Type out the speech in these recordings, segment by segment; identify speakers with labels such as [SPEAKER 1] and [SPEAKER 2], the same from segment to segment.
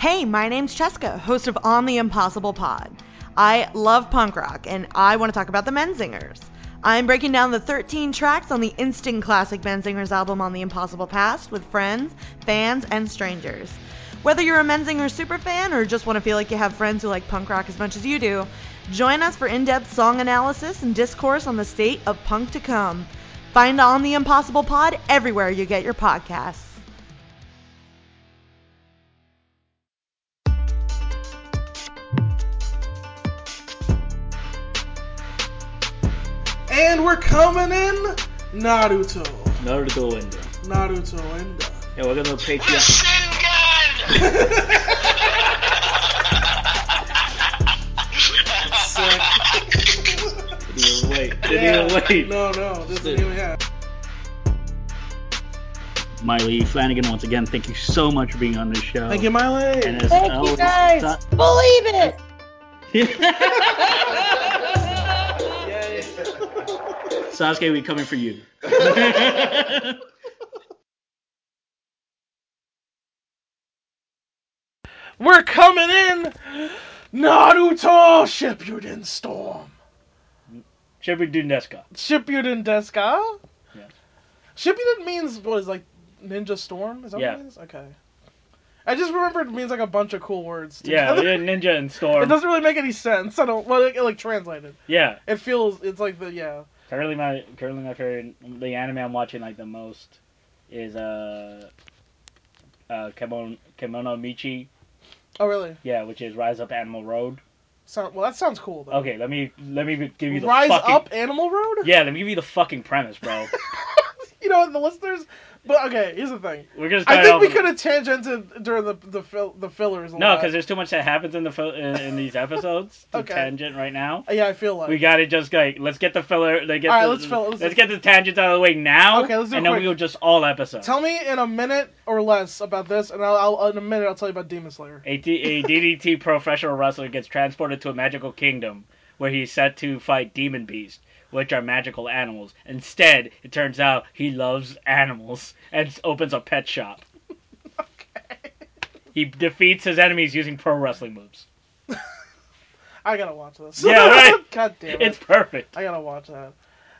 [SPEAKER 1] Hey, my name's Cheska, host of On the Impossible Pod. I love punk rock and I want to talk about the Menzingers. I'm breaking down the 13 tracks on the instant classic Menzingers album On the Impossible Past with friends, fans, and strangers. Whether you're a Menzingers superfan or just want to feel like you have friends who like punk rock as much as you do, join us for in-depth song analysis and discourse on the state of punk to come. Find On the Impossible Pod everywhere you get your podcasts.
[SPEAKER 2] And we're coming in Naruto.
[SPEAKER 3] Naruto Endo.
[SPEAKER 2] Naruto and uh,
[SPEAKER 3] Yeah, we're gonna
[SPEAKER 4] The
[SPEAKER 3] Patreon.
[SPEAKER 4] Shingun!
[SPEAKER 3] Didn't even wait. Didn't even
[SPEAKER 2] yeah.
[SPEAKER 3] wait.
[SPEAKER 2] No, no, this
[SPEAKER 3] Sick.
[SPEAKER 2] didn't even happen.
[SPEAKER 3] Miley Flanagan, once again, thank you so much for being on this show.
[SPEAKER 2] Thank you, Miley.
[SPEAKER 3] And as
[SPEAKER 5] Thank you
[SPEAKER 3] always,
[SPEAKER 5] guys. Believe it.
[SPEAKER 3] Sasuke, we coming for you.
[SPEAKER 2] We're coming in Naruto Shippuden Storm.
[SPEAKER 3] Shippuden Deska.
[SPEAKER 2] Shippuden Deska?
[SPEAKER 3] Yeah.
[SPEAKER 2] Shippuden means, what is it, like Ninja Storm? Is that
[SPEAKER 6] Yeah.
[SPEAKER 2] what it means? Okay. I just remembered it means like a bunch of cool words.
[SPEAKER 6] Yeah,
[SPEAKER 2] together.
[SPEAKER 6] we did Ninja and
[SPEAKER 2] It
[SPEAKER 6] Storm.
[SPEAKER 2] doesn't really make any sense. I don't, well, it, like translated.
[SPEAKER 6] Yeah,
[SPEAKER 2] It feels, it's like the, yeah.
[SPEAKER 6] currently my currently my favorite the anime I'm watching like the most is uh uh Kimono, Kimono Michi.
[SPEAKER 2] Oh, really?
[SPEAKER 6] Yeah, which is Rise Up Animal Road.
[SPEAKER 2] Sound, well, that sounds cool, though.
[SPEAKER 6] Okay, let me let me give you the
[SPEAKER 2] Rise
[SPEAKER 6] fucking
[SPEAKER 2] Up Animal Road?
[SPEAKER 6] yeah. Let me give you the fucking premise, bro.
[SPEAKER 2] You know, the listeners. But okay, here's the thing.
[SPEAKER 6] We're gonna start
[SPEAKER 2] I think
[SPEAKER 6] off
[SPEAKER 2] we
[SPEAKER 6] with-
[SPEAKER 2] could have tangented during the the, fill, the fillers. A
[SPEAKER 6] um, no,
[SPEAKER 2] lot.
[SPEAKER 6] because there's too much that happens in the fil- in, in these episodes. to
[SPEAKER 2] Okay.
[SPEAKER 6] Tangent right now.
[SPEAKER 2] Uh, yeah, I feel like
[SPEAKER 6] We got to just like let's get the filler. Like, get
[SPEAKER 2] All right,
[SPEAKER 6] the,
[SPEAKER 2] let's fill- let's-
[SPEAKER 6] get the tangents out of the way now.
[SPEAKER 2] Okay, let's do it
[SPEAKER 6] And then
[SPEAKER 2] quick.
[SPEAKER 6] we go just all episodes.
[SPEAKER 2] Tell me in a minute or less about this, and I'll, I'll in a minute I'll tell you about Demon Slayer.
[SPEAKER 6] A, D- a DDT professional wrestler gets transported to a magical kingdom where he's set to fight demon beasts, which are magical animals. Instead, it turns out he loves animals and s- opens a pet shop. He defeats his enemies using pro wrestling moves.
[SPEAKER 2] I gotta watch this.
[SPEAKER 6] Yeah, right.
[SPEAKER 2] God damn it!
[SPEAKER 6] It's perfect.
[SPEAKER 2] I gotta watch that.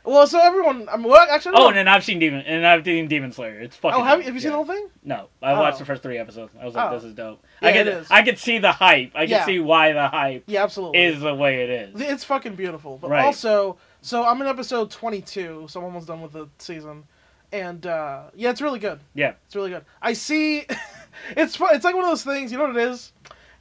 [SPEAKER 2] Well, so everyone, I mean, well, actually, I don't
[SPEAKER 6] Oh, and
[SPEAKER 2] know.
[SPEAKER 6] then I've seen Demon, and I've seen Demon Slayer. It's fucking.
[SPEAKER 2] oh, have,
[SPEAKER 6] dope.
[SPEAKER 2] you- have you
[SPEAKER 6] Yeah.
[SPEAKER 2] seen the whole thing?
[SPEAKER 6] No, I
[SPEAKER 2] Oh.
[SPEAKER 6] watched the first three episodes. I was like,
[SPEAKER 2] Oh.
[SPEAKER 6] "This is dope."
[SPEAKER 2] Yeah,
[SPEAKER 6] I can,
[SPEAKER 2] it is.
[SPEAKER 6] I can see the hype. I can
[SPEAKER 2] Yeah.
[SPEAKER 6] see why the hype
[SPEAKER 2] Yeah, absolutely.
[SPEAKER 6] is the way it is.
[SPEAKER 2] It's fucking beautiful. But
[SPEAKER 6] Right.
[SPEAKER 2] also, so I'm in episode 22, so I'm almost done with the season, and uh, yeah, it's really good.
[SPEAKER 6] Yeah.
[SPEAKER 2] it's really good. I see, it's fu- it's like one of those things. You know what it is?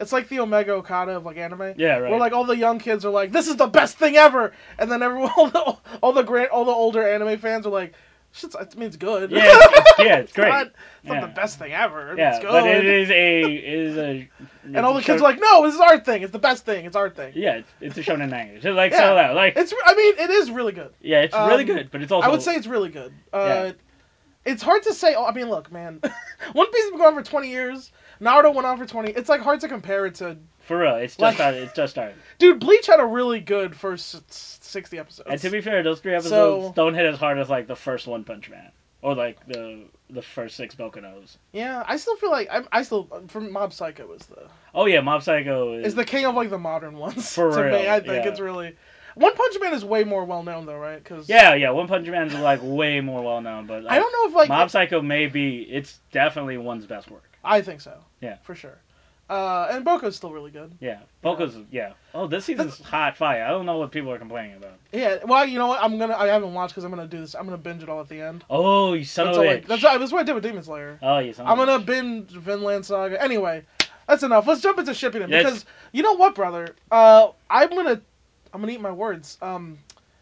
[SPEAKER 2] It's like the Omega Okada of like anime.
[SPEAKER 6] Yeah, right.
[SPEAKER 2] Where like all the young kids are like, "This is the best thing ever," and then everyone, all the all the grand, all the older anime fans are like, "Shit, I mean it's good."
[SPEAKER 6] Yeah, it's, yeah, it's
[SPEAKER 2] It's
[SPEAKER 6] great.
[SPEAKER 2] not, it's
[SPEAKER 6] Yeah.
[SPEAKER 2] not the best thing ever.
[SPEAKER 6] Yeah,
[SPEAKER 2] it's good.
[SPEAKER 6] but it is a it is a.
[SPEAKER 2] and all the kids are like, "No, this is our thing. It's the best thing. It's our thing."
[SPEAKER 6] Yeah, it's, it's a shonen manga. So like
[SPEAKER 2] Yeah.
[SPEAKER 6] so that like
[SPEAKER 2] It's. I mean, it is really good.
[SPEAKER 6] yeah, it's really
[SPEAKER 2] um,
[SPEAKER 6] good, but it's also
[SPEAKER 2] I would say it's really good. Uh, It's hard to say. oh, I mean, look, man. One Piece has been going on for 20 years. Naruto went on for 20. It's like hard to compare it to.
[SPEAKER 6] for real. It's just
[SPEAKER 2] like-
[SPEAKER 6] started. It's just started.
[SPEAKER 2] Dude, Bleach had a really good first s- 60 episodes.
[SPEAKER 6] And to be fair, those three episodes
[SPEAKER 2] So-
[SPEAKER 6] don't hit as hard as like the first One Punch Man or like the the first six Bokunos.
[SPEAKER 2] yeah, I still feel like I'm. I still from Mob Psycho is the
[SPEAKER 6] Oh yeah, Mob Psycho is,
[SPEAKER 2] is the king of like the modern ones.
[SPEAKER 6] For
[SPEAKER 2] to me,
[SPEAKER 6] real,
[SPEAKER 2] I think
[SPEAKER 6] yeah.
[SPEAKER 2] it's really. One Punch Man is way more well known though, right? Because
[SPEAKER 6] yeah yeah One Punch Man is like way more well known, but like,
[SPEAKER 2] I don't know if like
[SPEAKER 6] Mob Psycho may be it's definitely one's best work.
[SPEAKER 2] I think so.
[SPEAKER 6] Yeah.
[SPEAKER 2] for sure. Uh, and Boku's still really good.
[SPEAKER 6] Yeah, Boku's yeah. Oh, this season's hot fire. I don't know what people are complaining about.
[SPEAKER 2] Yeah, well, you know what? I'm gonna. I haven't watched because I'm gonna do this. I'm gonna binge it all at the end.
[SPEAKER 6] Oh, you son
[SPEAKER 2] That's,
[SPEAKER 6] of
[SPEAKER 2] all
[SPEAKER 6] a
[SPEAKER 2] I,
[SPEAKER 6] bitch.
[SPEAKER 2] that's, that's what I did with Demon Slayer.
[SPEAKER 6] Oh, you son
[SPEAKER 2] I'm
[SPEAKER 6] of a
[SPEAKER 2] gonna
[SPEAKER 6] bitch.
[SPEAKER 2] binge Vinland Saga. Anyway, that's enough. Let's jump into shipping it
[SPEAKER 6] Yes.
[SPEAKER 2] because you know what, brother? Uh, I'm gonna, I'm gonna eat my words. Um,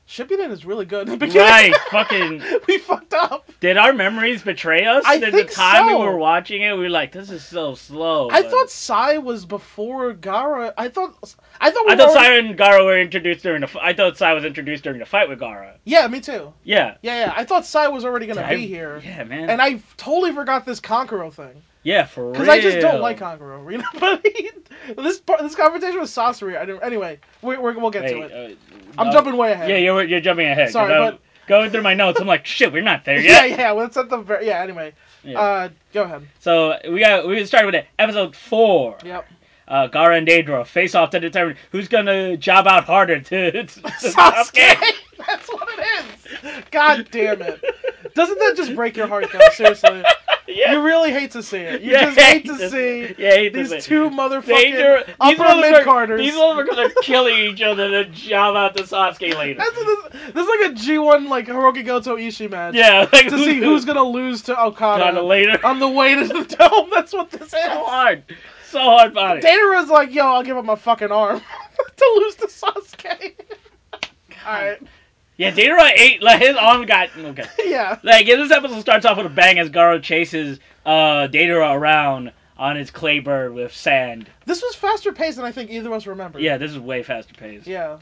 [SPEAKER 2] shipping it is really good. Because
[SPEAKER 6] Right, fucking.
[SPEAKER 2] we fucked up.
[SPEAKER 6] Did our memories betray us?
[SPEAKER 2] I
[SPEAKER 6] Did
[SPEAKER 2] think
[SPEAKER 6] the time
[SPEAKER 2] so.
[SPEAKER 6] we were watching it, we were like, "This is so slow."
[SPEAKER 2] I
[SPEAKER 6] but-
[SPEAKER 2] thought Sai was before Gara. I thought, I thought. We
[SPEAKER 6] I thought
[SPEAKER 2] were-
[SPEAKER 6] Sai and Gara were introduced during the. f- I thought Sai was introduced during the fight with Gara.
[SPEAKER 2] Yeah, me too.
[SPEAKER 6] Yeah.
[SPEAKER 2] Yeah, yeah. I thought Sai was already gonna
[SPEAKER 6] I-
[SPEAKER 2] be here.
[SPEAKER 6] Yeah, man.
[SPEAKER 2] And I f- totally forgot this Konkoro thing
[SPEAKER 6] yeah, for real.
[SPEAKER 2] because I just don't like Konkoro. You know, but he, this part, this conversation with Sasori, I didn't. Anyway, we, we're, we'll get
[SPEAKER 6] Wait,
[SPEAKER 2] to it.
[SPEAKER 6] uh,
[SPEAKER 2] I'm
[SPEAKER 6] no.
[SPEAKER 2] jumping way ahead.
[SPEAKER 6] Yeah, you're you're jumping ahead. 'cause
[SPEAKER 2] Sorry,
[SPEAKER 6] I
[SPEAKER 2] but-
[SPEAKER 6] was going through my notes, I'm like, "Shit, we're not there
[SPEAKER 2] yeah,
[SPEAKER 6] yet."
[SPEAKER 2] yeah. Well, it's at the very, yeah. Anyway,
[SPEAKER 6] Yeah.
[SPEAKER 2] Uh, go ahead.
[SPEAKER 6] So we got we started with it. Episode four.
[SPEAKER 2] Yep.
[SPEAKER 6] Uh, Gara and Daedra face off to determine who's gonna job out harder to, to, to
[SPEAKER 2] Sasuke.
[SPEAKER 6] Sasuke.
[SPEAKER 2] That's what it is. God damn it. Doesn't that just break your heart, though? Seriously.
[SPEAKER 6] Yeah.
[SPEAKER 2] You really hate to see it. You
[SPEAKER 6] Yeah,
[SPEAKER 2] just hate to
[SPEAKER 6] this-
[SPEAKER 2] see
[SPEAKER 6] yeah, hate to
[SPEAKER 2] these
[SPEAKER 6] see it.
[SPEAKER 2] two motherfucking
[SPEAKER 6] Daedra, these
[SPEAKER 2] upper mid
[SPEAKER 6] motherfuckers are,
[SPEAKER 2] carders.
[SPEAKER 6] these motherfuckers are killing each other to job out to Sasuke later.
[SPEAKER 2] That's what this, this is like a G1 like Hiroki Goto Ishii match.
[SPEAKER 6] yeah, like,
[SPEAKER 2] To see who's gonna Um, lose to Okada
[SPEAKER 6] Kinda later.
[SPEAKER 2] on the way to the dome. That's what this is.
[SPEAKER 6] so hard, so hard body.
[SPEAKER 2] Data's like, yo, I'll give up my fucking arm to lose to Sasuke. Alright.
[SPEAKER 6] Yeah, Deidara ate. Like, his arm got okay.
[SPEAKER 2] Yeah.
[SPEAKER 6] Like yeah, this episode starts off with a bang as Garo chases uh Deidara around on his clay bird with sand.
[SPEAKER 2] This was faster paced than I think either of us remember.
[SPEAKER 6] Yeah, this is way faster paced.
[SPEAKER 2] Yeah.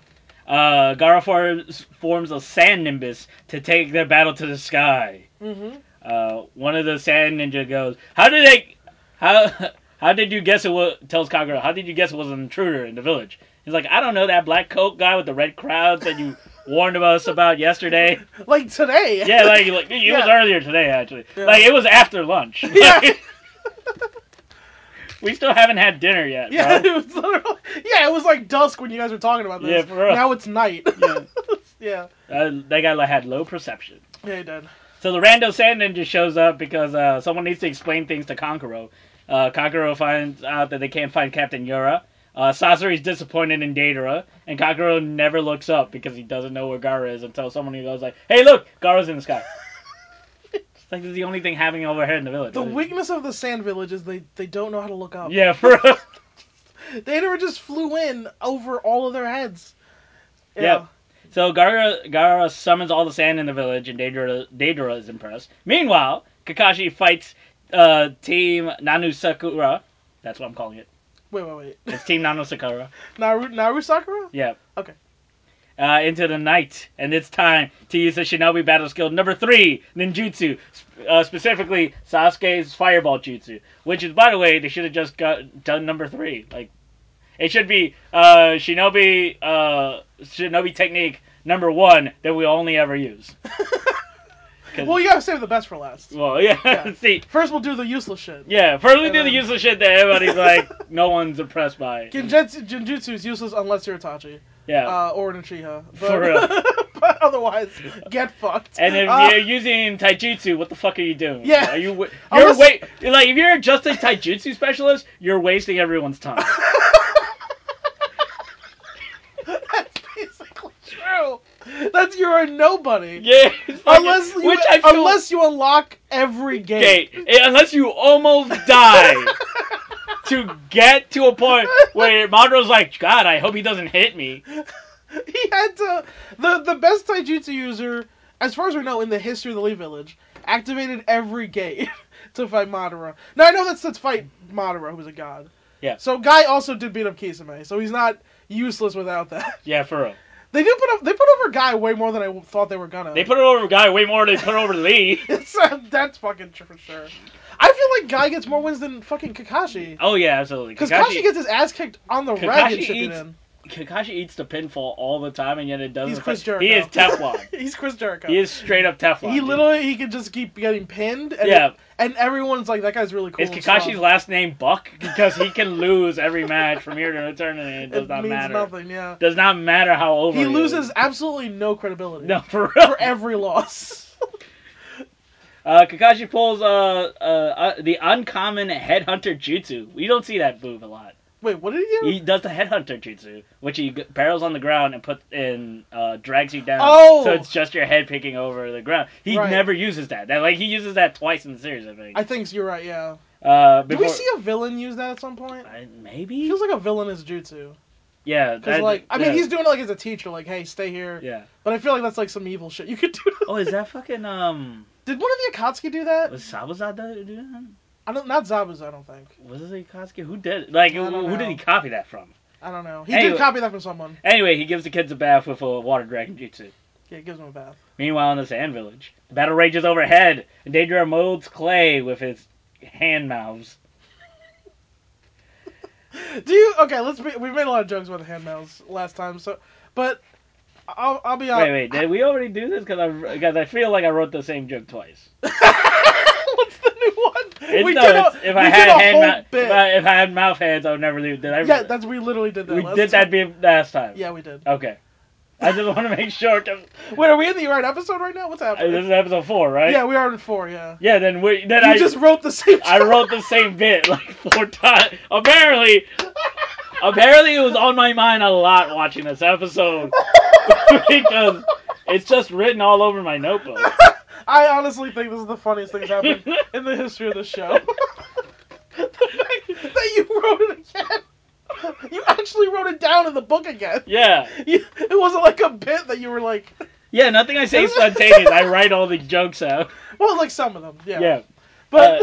[SPEAKER 6] Uh, Garo forms, forms a sand nimbus to take their battle to the sky.
[SPEAKER 2] Mm-hmm.
[SPEAKER 6] Uh, one of the sand ninja goes, "How did they? How how did you guess it was?" Tells Kagura, "How did you guess it was an intruder in the village?" He's like, "I don't know that black coat guy with the red crowd that you warned us about yesterday."
[SPEAKER 2] Like today.
[SPEAKER 6] Yeah, like, like it was
[SPEAKER 2] Yeah.
[SPEAKER 6] earlier today actually.
[SPEAKER 2] Yeah.
[SPEAKER 6] Like it was after lunch.
[SPEAKER 2] Yeah.
[SPEAKER 6] we still haven't had dinner yet.
[SPEAKER 2] Yeah,
[SPEAKER 6] bro.
[SPEAKER 2] it was literally, yeah, it was like dusk when you guys were talking about this.
[SPEAKER 6] Yeah, for real.
[SPEAKER 2] Now it's night.
[SPEAKER 6] Yeah.
[SPEAKER 2] yeah,
[SPEAKER 6] Uh, that guy like, had low perception.
[SPEAKER 2] yeah, he did.
[SPEAKER 6] So the rando sand ninja shows up because uh, someone needs to explain things to Konkoro. Uh, Konkoro finds out that they can't find Captain Yura. Uh, Sasori's disappointed in Datara, and Kakaro never looks up because he doesn't know where Gara is until someone goes like, "Hey, look, Gara's in the sky." it's like this is the only thing happening over here in the village.
[SPEAKER 2] The weakness of the sand village is they, they don't know how to look up.
[SPEAKER 6] Yeah, for real.
[SPEAKER 2] They never just flew in over all of their heads. Yeah.
[SPEAKER 6] Yep. So Gara Gara summons all the sand in the village, and Daedra, Daedra is impressed. Meanwhile, Kakashi fights uh, Team Nanu Sakura. That's what I'm calling it.
[SPEAKER 2] Wait, wait, wait.
[SPEAKER 6] It's Team Nanu Sakura.
[SPEAKER 2] Naru, Naru Sakura?
[SPEAKER 6] Yeah.
[SPEAKER 2] Okay.
[SPEAKER 6] Uh, into the night, and it's time to use the Shinobi Battle Skill number three, Ninjutsu, sp- uh, specifically Sasuke's Fireball Jutsu, which is, by the way, they should have just got, done number three. Like, it should be uh, Shinobi uh, Shinobi Technique number one that we only ever use. 'Cause-
[SPEAKER 2] Well, you gotta save the best for last.
[SPEAKER 6] well, yeah,
[SPEAKER 2] Yeah.
[SPEAKER 6] see,
[SPEAKER 2] First, we'll do the useless shit.
[SPEAKER 6] yeah, first we
[SPEAKER 2] And
[SPEAKER 6] do the
[SPEAKER 2] then-
[SPEAKER 6] useless shit that everybody's like, no one's impressed by.
[SPEAKER 2] Genjutsu, Genjutsu is useless unless you're Itachi
[SPEAKER 6] Yeah.
[SPEAKER 2] uh, or an Uchiha. But,
[SPEAKER 6] For real.
[SPEAKER 2] but otherwise, get fucked.
[SPEAKER 6] And if
[SPEAKER 2] Uh,
[SPEAKER 6] you're using taijutsu, what the fuck are you doing?
[SPEAKER 2] Yeah.
[SPEAKER 6] Are you wa-
[SPEAKER 2] I
[SPEAKER 6] you're
[SPEAKER 2] was-
[SPEAKER 6] wait like if you're just a taijutsu specialist, you're wasting everyone's time.
[SPEAKER 2] That's basically true. That's you're a nobody.
[SPEAKER 6] yeah. it's like-
[SPEAKER 2] Unless you,
[SPEAKER 6] which I feel,
[SPEAKER 2] unless you unlock every
[SPEAKER 6] okay,
[SPEAKER 2] gate.
[SPEAKER 6] eh, unless you almost die to get to a point where Maduro's like, God, I hope he doesn't hit me.
[SPEAKER 2] He had to the the best taijutsu user, as far as we know, in the history of the Lee Village, activated every gate to fight Madara. Now I know that's to fight Madara, who was a god.
[SPEAKER 6] Yeah.
[SPEAKER 2] So Guy also did beat up Kisame, so he's not useless without that.
[SPEAKER 6] Yeah, for real.
[SPEAKER 2] They do put up they put over Guy way more than I thought they were gonna.
[SPEAKER 6] They put it over Guy way more than they put it over Lee.
[SPEAKER 2] It's, uh, that's fucking true for sure. I feel like Guy gets more wins than fucking Kakashi.
[SPEAKER 6] Oh yeah, absolutely.
[SPEAKER 2] Because Kakashi gets his ass kicked on the rag
[SPEAKER 6] Kakashi
[SPEAKER 2] and shit
[SPEAKER 6] eats-
[SPEAKER 2] in.
[SPEAKER 6] Kakashi eats the pinfall all the time and yet it doesn't
[SPEAKER 2] He's Chris
[SPEAKER 6] affect-
[SPEAKER 2] Jericho.
[SPEAKER 6] He is Teflon.
[SPEAKER 2] He's Chris Jericho.
[SPEAKER 6] He is straight up Teflon.
[SPEAKER 2] He
[SPEAKER 6] dude.
[SPEAKER 2] literally he could just keep getting pinned. And
[SPEAKER 6] Yeah.
[SPEAKER 2] and everyone's like, that guy's really cool.
[SPEAKER 6] Is
[SPEAKER 2] and
[SPEAKER 6] Kakashi's
[SPEAKER 2] strong."
[SPEAKER 6] last name Buck? Because he can lose every match from here to eternity. and It does
[SPEAKER 2] it
[SPEAKER 6] not
[SPEAKER 2] means
[SPEAKER 6] matter.
[SPEAKER 2] nothing. Yeah.
[SPEAKER 6] Does not matter how over
[SPEAKER 2] He
[SPEAKER 6] is.
[SPEAKER 2] loses absolutely no credibility.
[SPEAKER 6] No, for real.
[SPEAKER 2] For every loss.
[SPEAKER 6] Uh, Kakashi pulls uh, uh, uh, the uncommon headhunter jutsu. We don't see that move a lot.
[SPEAKER 2] Wait, what did he do?
[SPEAKER 6] He does the headhunter jutsu, which he g- barrels on the ground and puts and uh, drags you down.
[SPEAKER 2] Oh!
[SPEAKER 6] so it's just your head picking over the ground. He
[SPEAKER 2] Right.
[SPEAKER 6] never uses that. That like he uses that twice in the series, I think.
[SPEAKER 2] I think you're right. Yeah.
[SPEAKER 6] uh,
[SPEAKER 2] Did
[SPEAKER 6] before,
[SPEAKER 2] we see a villain use that at some point?
[SPEAKER 6] I-
[SPEAKER 2] He
[SPEAKER 6] maybe?
[SPEAKER 2] feels like a villain is jutsu.
[SPEAKER 6] Yeah,
[SPEAKER 2] Because
[SPEAKER 6] that-
[SPEAKER 2] like, I mean,
[SPEAKER 6] yeah,
[SPEAKER 2] he's doing it like as a teacher, like, hey, stay here.
[SPEAKER 6] yeah.
[SPEAKER 2] But I feel like that's like some evil shit you could do. to-
[SPEAKER 6] Oh, is that fucking um?
[SPEAKER 2] Did one of the Akatsuki do that?
[SPEAKER 6] Was Sabazad do- do that?
[SPEAKER 2] I don't, not Zabuza, I don't think.
[SPEAKER 6] Was it Ikosuke? Who did? Like,
[SPEAKER 2] I don't
[SPEAKER 6] who who
[SPEAKER 2] know.
[SPEAKER 6] did he copy that from?
[SPEAKER 2] I don't know. He
[SPEAKER 6] Anyway.
[SPEAKER 2] did copy that from someone.
[SPEAKER 6] Anyway, he gives the kids a bath with a water dragon jutsu.
[SPEAKER 2] Yeah, it gives him a bath.
[SPEAKER 6] Meanwhile, in the sand village, the battle rages overhead, and Daedra molds clay with his hand mouths.
[SPEAKER 2] Do you? Okay, let's be. We made a lot of jokes about the handmails last time, so. But I'll, I'll be honest.
[SPEAKER 6] Wait, wait, did we already do this? Because I because I feel like I wrote the same joke twice.
[SPEAKER 2] What's the new what?
[SPEAKER 6] It's,
[SPEAKER 2] we
[SPEAKER 6] no,
[SPEAKER 2] did a,
[SPEAKER 6] it's, if I
[SPEAKER 2] we
[SPEAKER 6] had
[SPEAKER 2] did a
[SPEAKER 6] hand
[SPEAKER 2] whole
[SPEAKER 6] mouth,
[SPEAKER 2] bit.
[SPEAKER 6] if I, if I had mouth hands, I would never leave. Did I?
[SPEAKER 2] yeah, that's we literally did that.
[SPEAKER 6] we
[SPEAKER 2] last
[SPEAKER 6] did
[SPEAKER 2] time.
[SPEAKER 6] that be- last time.
[SPEAKER 2] Yeah, we did.
[SPEAKER 6] Okay. I just want to make sure 'cause,
[SPEAKER 2] Wait, are we in the right episode right now? What's
[SPEAKER 6] uh,
[SPEAKER 2] happening?
[SPEAKER 6] this is episode four, right?
[SPEAKER 2] Yeah, we are in four. Yeah.
[SPEAKER 6] Yeah. Then we. Then
[SPEAKER 2] You
[SPEAKER 6] I
[SPEAKER 2] just wrote the same.
[SPEAKER 6] I wrote the same bit like four times. Apparently, apparently it was on my mind a lot watching this episode because it's just written all over my notebook.
[SPEAKER 2] I honestly think this is the funniest thing that's happened in the history of the show. the fact that you wrote it again. You actually wrote it down in the book again.
[SPEAKER 6] Yeah,
[SPEAKER 2] You, it wasn't like a bit that you were like,
[SPEAKER 6] yeah. Nothing I say is spontaneous. I write all the jokes out.
[SPEAKER 2] well, like some of them, yeah.
[SPEAKER 6] Yeah,
[SPEAKER 2] But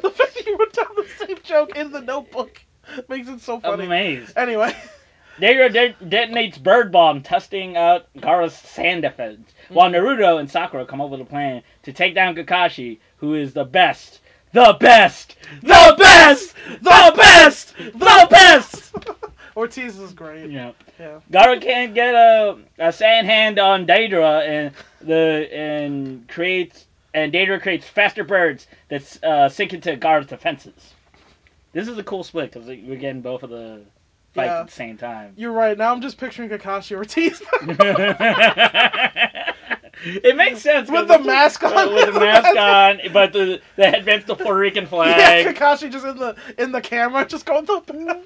[SPEAKER 2] the fact that you wrote down the same joke in the notebook makes it so
[SPEAKER 6] I'm
[SPEAKER 2] funny.
[SPEAKER 6] amazed.
[SPEAKER 2] Anyway,
[SPEAKER 6] Negra de- detonates bird bomb, testing out Gara's sand defense, while
[SPEAKER 2] Mm-hmm.
[SPEAKER 6] Naruto and Sakura come up with a plan to take down Kakashi, who is the best, the best, the best, the best, the best.
[SPEAKER 2] Ortiz is great.
[SPEAKER 6] You know,
[SPEAKER 2] Yeah.
[SPEAKER 6] Gara can't get a, a sand hand on Daedra, and the and creates and Daedra creates faster birds that uh, sink into Gara's defenses. This is a cool split because we're getting both of the fights
[SPEAKER 2] Yeah.
[SPEAKER 6] at the same time.
[SPEAKER 2] You're right. Now I'm just picturing Kakashi Ortiz.
[SPEAKER 6] it makes sense 'cause
[SPEAKER 2] With the
[SPEAKER 6] it's-
[SPEAKER 2] mask on.
[SPEAKER 6] With the mask on, but the the headband's the Puerto Rican
[SPEAKER 2] Yeah,
[SPEAKER 6] flag.
[SPEAKER 2] Kakashi just in the in the camera, just going the.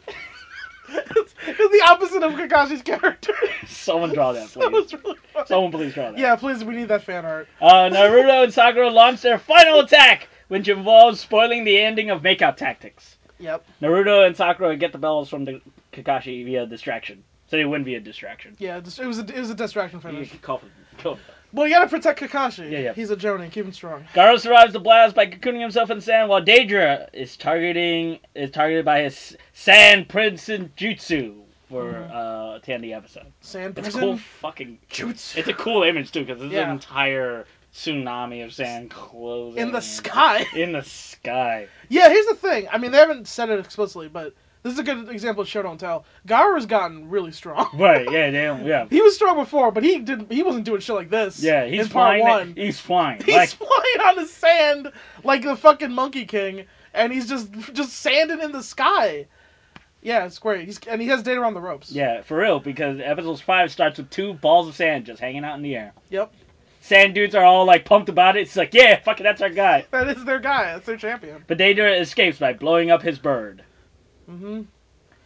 [SPEAKER 2] it's, it's the opposite of Kakashi's character.
[SPEAKER 6] Someone draw that,
[SPEAKER 2] That
[SPEAKER 6] please.
[SPEAKER 2] was really funny.
[SPEAKER 6] Someone please draw that.
[SPEAKER 2] Yeah, please, we need that fan art.
[SPEAKER 6] Uh, Naruto and Sakura launch their final attack, which involves spoiling the ending of Makeout Tactics.
[SPEAKER 2] Yep.
[SPEAKER 6] Naruto and Sakura get the bells from the Kakashi via distraction, so they wouldn't be a distraction.
[SPEAKER 2] Yeah, it just- it was a, it was a distraction
[SPEAKER 6] You
[SPEAKER 2] finish.
[SPEAKER 6] could call them- call them.
[SPEAKER 2] Well, you gotta protect Kakashi.
[SPEAKER 6] Yeah, yeah.
[SPEAKER 2] He's a Jonin. Keep him strong.
[SPEAKER 6] Garo survives the blast by cocooning himself in sand, while Daedra is targeting is targeted by his Sand Prison Jutsu for
[SPEAKER 2] Mm-hmm.
[SPEAKER 6] uh, to end the episode.
[SPEAKER 2] Sand
[SPEAKER 6] It's a
[SPEAKER 2] prison.
[SPEAKER 6] cool fucking.
[SPEAKER 2] Jutsu.
[SPEAKER 6] It's a cool image too, because there's
[SPEAKER 2] Yeah.
[SPEAKER 6] an entire tsunami of sand closing
[SPEAKER 2] in the sky.
[SPEAKER 6] In the sky.
[SPEAKER 2] Yeah, here's the thing. I mean, they haven't said it explicitly, but this is a good example of show don't tell. Gaara's gotten really strong.
[SPEAKER 6] Right? Yeah. They don't, yeah.
[SPEAKER 2] He was strong before, but he didn't. He wasn't doing shit like this.
[SPEAKER 6] Yeah. He's
[SPEAKER 2] in part
[SPEAKER 6] flying.
[SPEAKER 2] one.
[SPEAKER 6] He's flying.
[SPEAKER 2] He's
[SPEAKER 6] like,
[SPEAKER 2] flying on the sand like the fucking Monkey King, and he's just just sanding in the sky. Yeah, it's great. He's and he has data on the ropes.
[SPEAKER 6] yeah, for real. Because episode five starts with two balls of sand just hanging out in the air.
[SPEAKER 2] Yep.
[SPEAKER 6] Sand dudes are all like pumped about it. It's like, yeah, fuck it, that's our guy.
[SPEAKER 2] That is their guy. That's their champion.
[SPEAKER 6] But Daedra escapes by blowing up his bird.
[SPEAKER 2] hmm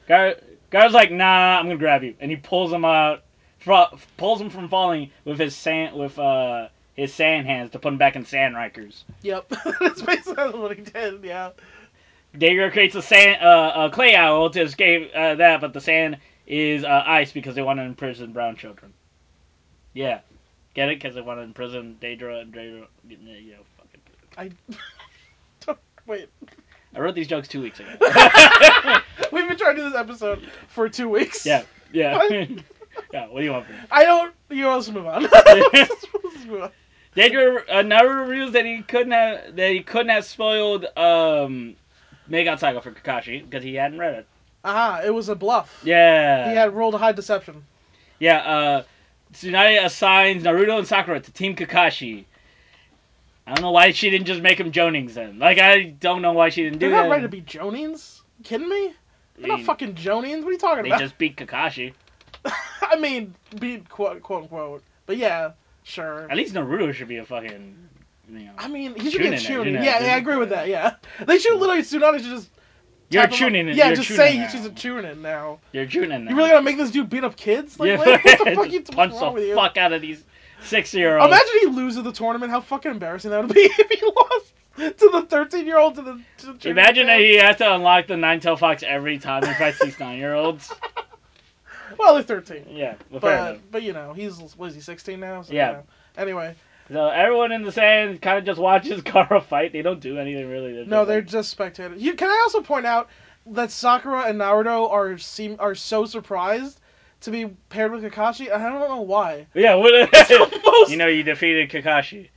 [SPEAKER 6] Gar- Gar's like, nah, I'm gonna grab you, and he pulls him out, fro- pulls him from falling with his sand with uh his sand hands to put him back in Sand Rikers.
[SPEAKER 2] Yep. That's basically what he did. Yeah.
[SPEAKER 6] Daedra creates a sand uh, a clay owl to escape uh, that, but the sand is uh, ice because they want to imprison brown children. Yeah, get it? Because they want to imprison Daedra and Daedra. You know, fucking.
[SPEAKER 2] I. Don't- Wait.
[SPEAKER 6] I wrote these jokes two weeks ago.
[SPEAKER 2] We've been trying to do this episode for two weeks.
[SPEAKER 6] yeah, yeah,
[SPEAKER 2] What?
[SPEAKER 6] yeah. What do you want from me?
[SPEAKER 2] I don't. You know, let's move on. Let's move on.
[SPEAKER 6] Daedra uh, Naruto reveals that he couldn't have that he couldn't have spoiled um Mega Saga for Kakashi because he hadn't read it.
[SPEAKER 2] Aha! It was a bluff.
[SPEAKER 6] Yeah.
[SPEAKER 2] He had rolled a high deception.
[SPEAKER 6] Yeah. Uh, Tsunade assigns Naruto and Sakura to Team Kakashi. I don't know why she didn't just make him Jonings then. Like I don't know why she didn't
[SPEAKER 2] They're
[SPEAKER 6] do
[SPEAKER 2] not
[SPEAKER 6] that.
[SPEAKER 2] ready to be Jonins. Kidding me? They're not
[SPEAKER 6] They-
[SPEAKER 2] fucking Jonins. What are you talking
[SPEAKER 6] They
[SPEAKER 2] about?
[SPEAKER 6] just beat Kakashi.
[SPEAKER 2] I mean, be quote, quote unquote. But yeah, sure.
[SPEAKER 6] At least Naruto should be a fucking. You know,
[SPEAKER 2] I mean, he should be a
[SPEAKER 6] Chunin,
[SPEAKER 2] tuning.
[SPEAKER 6] Chunin,
[SPEAKER 2] Yeah,
[SPEAKER 6] dude.
[SPEAKER 2] yeah, I agree with that. Yeah, they should literally Tsunade should just.
[SPEAKER 6] you're
[SPEAKER 2] tap him up-
[SPEAKER 6] tuning in.
[SPEAKER 2] Yeah,
[SPEAKER 6] you're
[SPEAKER 2] just
[SPEAKER 6] tuning
[SPEAKER 2] say
[SPEAKER 6] now.
[SPEAKER 2] he's she's a tuning now.
[SPEAKER 6] You're tuning.
[SPEAKER 2] You really
[SPEAKER 6] now.
[SPEAKER 2] gonna make this dude beat up kids? Like,
[SPEAKER 6] Yeah,
[SPEAKER 2] what, what the fuck?
[SPEAKER 6] just
[SPEAKER 2] You,
[SPEAKER 6] punch
[SPEAKER 2] what's wrong with
[SPEAKER 6] the
[SPEAKER 2] you?
[SPEAKER 6] fuck out of these six-year-olds.
[SPEAKER 2] Imagine he loses the tournament. How fucking embarrassing that would be if he lost to the thirteen-year-old to the. To the Chunin
[SPEAKER 6] Imagine that
[SPEAKER 2] fan.
[SPEAKER 6] he has to unlock the nine tail fox every time he fights these nine year olds.
[SPEAKER 2] Well, they're thirteen,
[SPEAKER 6] Yeah, well, fair
[SPEAKER 2] but
[SPEAKER 6] enough.
[SPEAKER 2] but you know he's what is he sixteen now? So,
[SPEAKER 6] Yeah.
[SPEAKER 2] Anyway,
[SPEAKER 6] So everyone in the sand kind of just watches Kara fight. They don't do anything really. They're
[SPEAKER 2] no,
[SPEAKER 6] just
[SPEAKER 2] they're
[SPEAKER 6] like-
[SPEAKER 2] just spectators. You can I also point out that Sakura and Naruto are seem are so surprised to be paired with Kakashi. I don't know why.
[SPEAKER 6] yeah. What,
[SPEAKER 2] It's almost-
[SPEAKER 6] you know, you defeated Kakashi.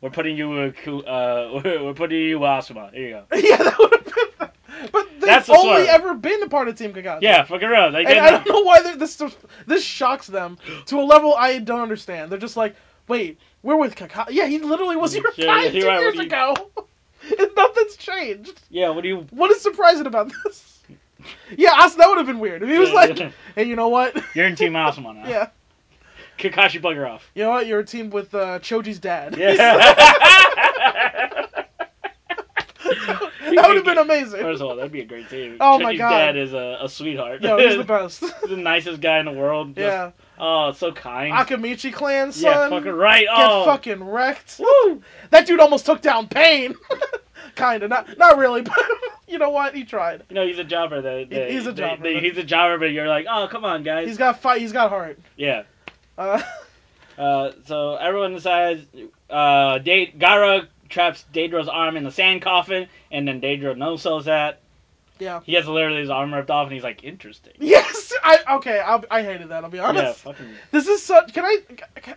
[SPEAKER 6] We're putting you with Ku- uh, we're putting you with Asuma. There you go.
[SPEAKER 2] yeah, that would have been. But they've
[SPEAKER 6] That's the
[SPEAKER 2] only
[SPEAKER 6] swerve.
[SPEAKER 2] ever been a part of Team Kakashi.
[SPEAKER 6] Yeah, fucking real. Like,
[SPEAKER 2] And I don't know why they're- this this shocks them to a level I don't understand. They're just like, wait, we're with Kakashi. Yeah, he literally was your
[SPEAKER 6] Yeah,
[SPEAKER 2] guy
[SPEAKER 6] yeah,
[SPEAKER 2] two
[SPEAKER 6] you're right,
[SPEAKER 2] years
[SPEAKER 6] what do you-
[SPEAKER 2] ago. Nothing's changed.
[SPEAKER 6] Yeah, what do you?
[SPEAKER 2] What is surprising about this? Yeah, us, that would have been weird. If he was like, hey, you know what?
[SPEAKER 6] You're in Team Asuma now.
[SPEAKER 2] yeah.
[SPEAKER 6] Kakashi bugger off.
[SPEAKER 2] You know what? You're a team with uh, Choji's dad.
[SPEAKER 6] Yeah.
[SPEAKER 2] that would have been amazing.
[SPEAKER 6] First of all, that'd be a great team.
[SPEAKER 2] Oh my
[SPEAKER 6] Chucky's
[SPEAKER 2] God.
[SPEAKER 6] dad is a, a sweetheart.
[SPEAKER 2] Yo, he's the best.
[SPEAKER 6] the nicest guy in the world. Just,
[SPEAKER 2] yeah.
[SPEAKER 6] Oh, so kind.
[SPEAKER 2] Akamichi clan, son.
[SPEAKER 6] yeah, fucking right.
[SPEAKER 2] Get
[SPEAKER 6] Oh,
[SPEAKER 2] fucking wrecked. That dude almost took down Pain. Kinda, not not really, but you know what? He tried.
[SPEAKER 6] you know he's a jobber. They, they,
[SPEAKER 2] he's a
[SPEAKER 6] they-
[SPEAKER 2] jobber,
[SPEAKER 6] they-
[SPEAKER 2] but-
[SPEAKER 6] he's a jobber, but you're like, oh, come on, guys.
[SPEAKER 2] He's got fight. He's got heart.
[SPEAKER 6] yeah.
[SPEAKER 2] Uh,
[SPEAKER 6] Uh, so everyone decides. Uh, De- Gara traps Daedra's arm in the sand coffin, and then Daedra no sells that.
[SPEAKER 2] yeah.
[SPEAKER 6] He has literally his arm ripped off, and he's like, interesting.
[SPEAKER 2] Yes. I okay. I'll, I hated that. I'll be
[SPEAKER 6] Yeah,
[SPEAKER 2] honest.
[SPEAKER 6] fucking.
[SPEAKER 2] This is such. Can I? can-